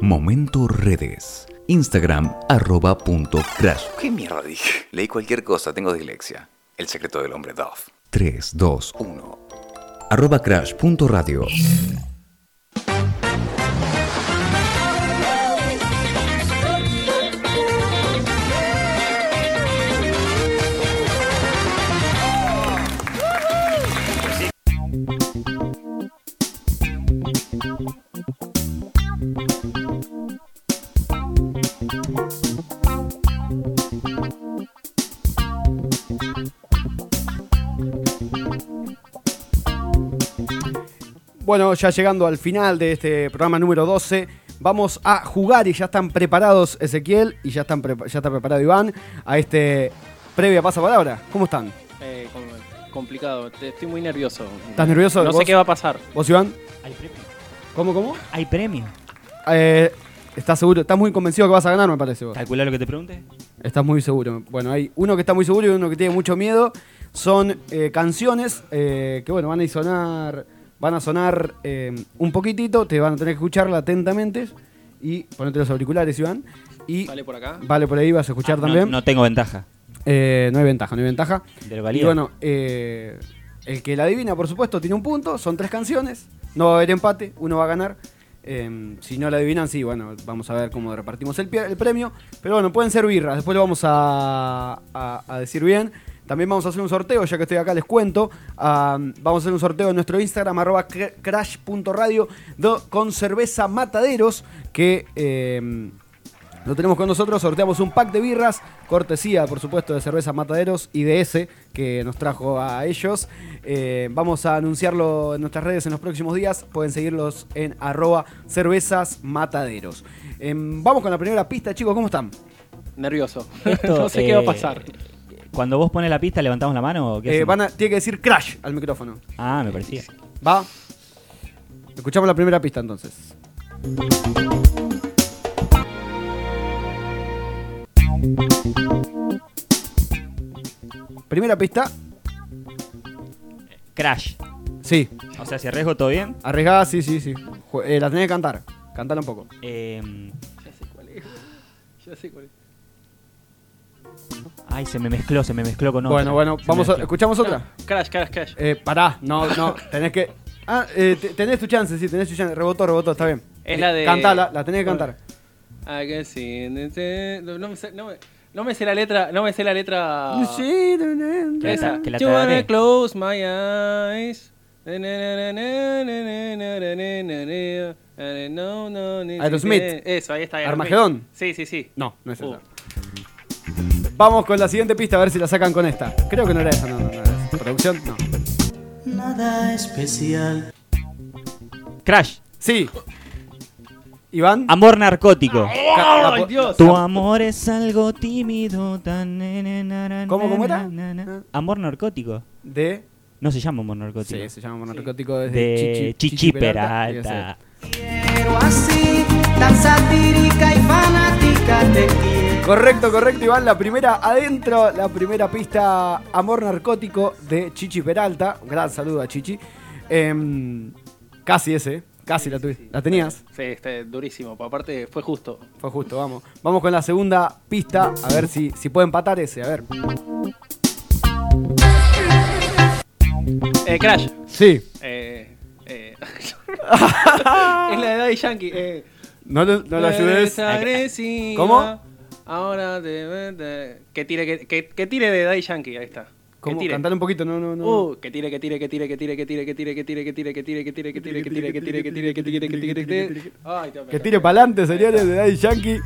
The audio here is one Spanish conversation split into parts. Momento Redes. Instagram arroba punto crash. ¿Qué mierda dije? Leí cualquier cosa, tengo dislexia. El secreto del hombre Dove. 3, 2, Uno. arroba crash punto radio. Bueno, ya llegando al final de este programa número 12, vamos a jugar y ya están preparados Ezequiel y ya, están prepa- ya está preparado Iván a este previa pasapalabra. ¿Cómo están? Eh, com- complicado, te- estoy muy nervioso. ¿Estás nervioso? No ¿Vos? sé qué va a pasar. ¿Vos, Iván? Hay premio. ¿Cómo, cómo? Hay premio. Eh, ¿Estás seguro? ¿Estás muy convencido que vas a ganar, me parece vos? Calcula lo que te pregunte. Estás muy seguro. Bueno, hay uno que está muy seguro y uno que tiene mucho miedo. Son eh, canciones eh, que, bueno, van a sonar, van a sonar eh, un poquitito. Te van a tener que escucharla atentamente. Y ponete los auriculares, Iván. Y Sale por acá. vale, por ahí vas a escuchar Ah, no- también. No, tengo ventaja. Eh, no hay ventaja, no hay ventaja. Del Y valido. bueno, eh, el que la adivina, por supuesto, tiene un punto. Son tres canciones. No va a haber empate, uno va a ganar. Eh, si no la adivinan, sí, bueno, vamos a ver cómo repartimos el, pie- el premio. Pero bueno, pueden ser birras, después lo vamos a, a- a decir bien. También vamos a hacer un sorteo, ya que estoy acá les cuento. Ah, vamos a hacer un sorteo en nuestro Instagram, arroba cr- crash.radio, do- con cerveza Mataderos, que... eh, lo tenemos con nosotros, sorteamos un pack de birras, cortesía, por supuesto, de cerveza Mataderos y de ese que nos trajo a ellos. Eh, vamos a anunciarlo en nuestras redes en los próximos días. Pueden seguirlos en arroba cervezas mataderos. Em, vamos con la primera pista, chicos, ¿cómo están? Nervioso. Esto, no sé qué va a eh, pasar. Cuando vos pones la pista, levantamos la mano. o qué Eh, hacemos? van a- tiene que decir crash al micrófono. Ah, me parecía. ¿Va? Escuchamos la primera pista entonces. Primera pista, Crash. sí, O sea, si arriesgo todo bien. Arriesgada, sí, sí, sí. Ju- eh, la tenés que cantar. Cantala un poco. Eh, Ya sé cuál es. Ya sé cuál es. ay, se me mezcló, se me mezcló con otra. bueno, bueno, Se me vamos a, mezcló. escuchamos otra. Crash, crash, crash. Eh, pará, no, no, tenés que. Ah, eh, te- tenés tu chance, sí, tenés tu chance. Rebotó, rebotó, está bien. Es Eh, la de- Cantala, la tenés que cantar. Ah, que sí. No me sé, no me, no me sé la letra. No me sé la letra. Sí, no, no, no. Que la Esa. ta- que la You wanna tararé. close my eyes. Na, na, na, na, na, na, na, na, na, na, na, na, no, no, ni- Aerosmith. Eso, ahí está. Aerosmith. Armagedón. Sí, sí, sí. No, no es Uh. esa. Vamos con la siguiente pista a ver si la sacan con esta. Creo que no era esa, no, no, no era esa. Producción, no. Nada especial. Crash. Sí. Iván. Amor narcótico. ca- la po- ¡Ay, Dios! Tu amor es algo tímido. Tan, ne, ne, na, na, ¿Cómo, cómo era? na, na, na. Amor narcótico. De. No se llama amor narcótico. Sí, se llama narcótico desde de Chichi- Chichi ya Peralta. sé. Pero así, tan satírica y fanática te quiero. Correcto, correcto, Iván. La primera adentro, la primera pista Amor Narcótico de Chichi Peralta. Un gran saludo a Chichi. Em, casi ese, ¿eh? casi la, tuvi- la tenías. Sí, está durísimo. Aparte, fue justo. Fue justo, vamos. Vamos con la segunda pista, a ver si, si puede empatar ese, a ver. Eh, Crash. Sí. Eh, eh. es la de Daddy Yankee. Eh, No, lo- no lo eres ayudes. agresiva, ¿Cómo? Ahora te- te- que tire que, que- que tire de Daddy Yankee, ahí está. ¿Cómo? Que tire. Cantale un poquito, no, no, no. Uh, que tire, que tire, que tire, que tire, que tire, que tire, que tire, que tire, que tire, que tire, que tire, que tire, que tire, que tire, que tire, que tire, que tire, que tire. Ay, Dios mío. que tire para adelante, señores, de Daddy Yankee.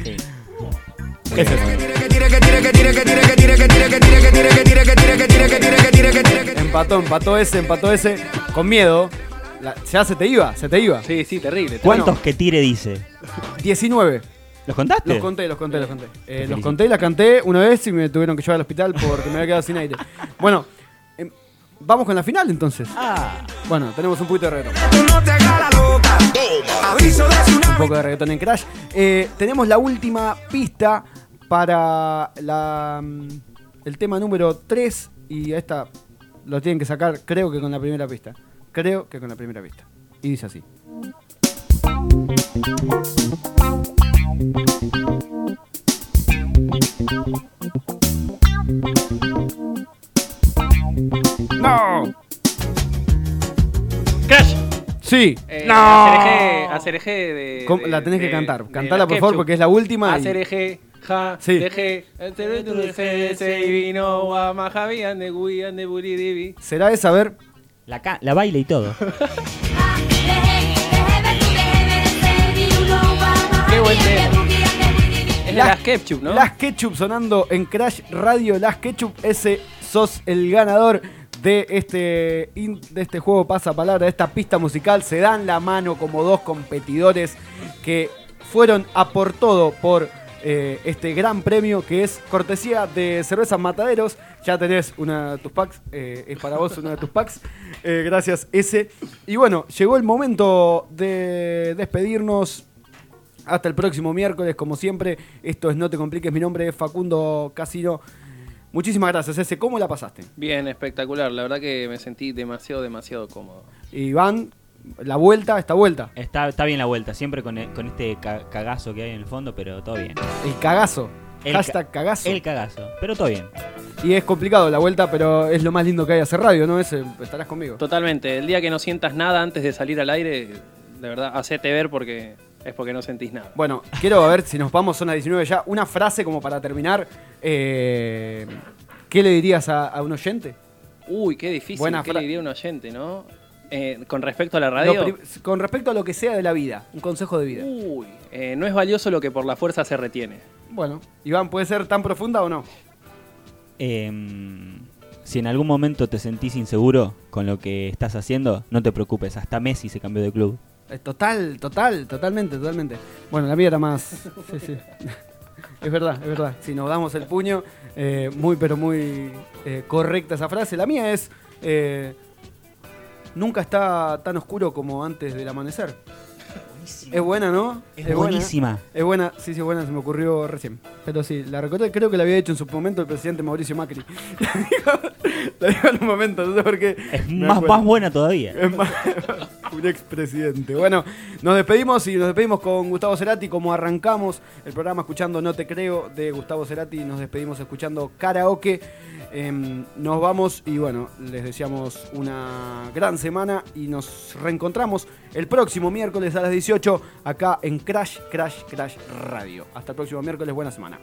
Empató, empató ese, empató ese. Con miedo. La- ya se te iba, se te iba. Sí, sí, terrible. ¿Cuántos Bueno. que tire dice? 19. ¿Los contaste? Los conté, los conté, los conté. Eh, los felicito. conté y la canté una vez y me tuvieron que llevar al hospital porque me había quedado sin aire. Bueno, em, vamos con la final entonces. Ah, Bueno, tenemos un poquito de reggaetón. Un poco de reggaetón en Crash. Eh, tenemos la última pista para la, mm, el tema número 3 y a esta lo tienen que sacar creo que con la primera pista. Creo que con la primera pista. Y dice así. Sí. Eh, No. Hacer eje- hacer eje de, ¿Cómo? de- La tenés que de- cantar. de Cantala, la por favor, Ketchup. porque es la última. y- Hacer eje, ja, Sí. deje. Hacer eje, se y vino, guama, javi, ande, gui, ande, buri, divi. Será esa, a ver. La, ca- la baila y todo. Qué buen Es de Las- las ketchup, ¿no? Las Ketchup sonando en Crash Radio. Las Ketchup, ese sos el ganador de este, in- de este juego pasapalabra, de esta pista musical. Se dan la mano como dos competidores que fueron a por todo por eh, este gran premio que es cortesía de Cervezas Mataderos. Ya tenés una de tus packs, eh, es para vos una de tus packs. Eh, gracias, ese. Y bueno, llegó el momento de despedirnos. Hasta el próximo miércoles, como siempre. Esto es No Te Compliques. Mi nombre es Facundo Casino. Muchísimas gracias, ese. ¿Cómo la pasaste? Bien, espectacular. La verdad que me sentí demasiado, demasiado cómodo. Iván, la vuelta, esta vuelta. Está, está bien la vuelta, siempre con, e- con este ca- cagazo que hay en el fondo, pero todo bien. El cagazo. El Hashtag ca- cagazo. El cagazo, pero todo bien. Y es complicado la vuelta, pero es lo más lindo que hay hacer radio, ¿no? Ese, estarás conmigo. Totalmente. El día que no sientas nada antes de salir al aire, de verdad, hacete ver porque es porque no sentís nada. Bueno, quiero a ver si nos vamos, son las 19 ya. Una frase como para terminar. Eh, ¿Qué le dirías a, a un oyente? Uy, qué difícil. Buena ¿Qué fra- le diría un oyente, no? Eh, con respecto a la radio. Lo prim- con respecto a lo que sea de la vida, un consejo de vida. Uy, eh, no es valioso lo que por la fuerza se retiene. Bueno, Iván, ¿puede ser tan profunda o no? Em, si en algún momento te sentís inseguro con lo que estás haciendo, no te preocupes, hasta Messi se cambió de club. Eh, Total, total, totalmente, totalmente. Bueno, la mía era más. Sí, sí. Es verdad, es verdad. Si nos damos el puño, eh, muy, pero muy eh, correcta esa frase. La mía es. eh, Nunca está tan oscuro como antes del amanecer. Es buena, ¿no? Es buena. ¿eh? buenísima. Es buena, sí, sí, buena, se me ocurrió recién. Pero sí, la recordé, creo que la había hecho en su momento el presidente Mauricio Macri. la dijo, la dijo en un momento, no sé por qué. Es me más, acuerdo. más buena todavía. Es más, un expresidente. Bueno, nos despedimos y nos despedimos con Gustavo Cerati. Como arrancamos el programa escuchando No Te Creo de Gustavo Cerati, nos despedimos escuchando karaoke. Em, nos vamos y bueno, les deseamos una gran semana y nos reencontramos el próximo miércoles a las 18 acá en Crash, Crash, Crash Radio. Hasta el próximo miércoles, buena semana.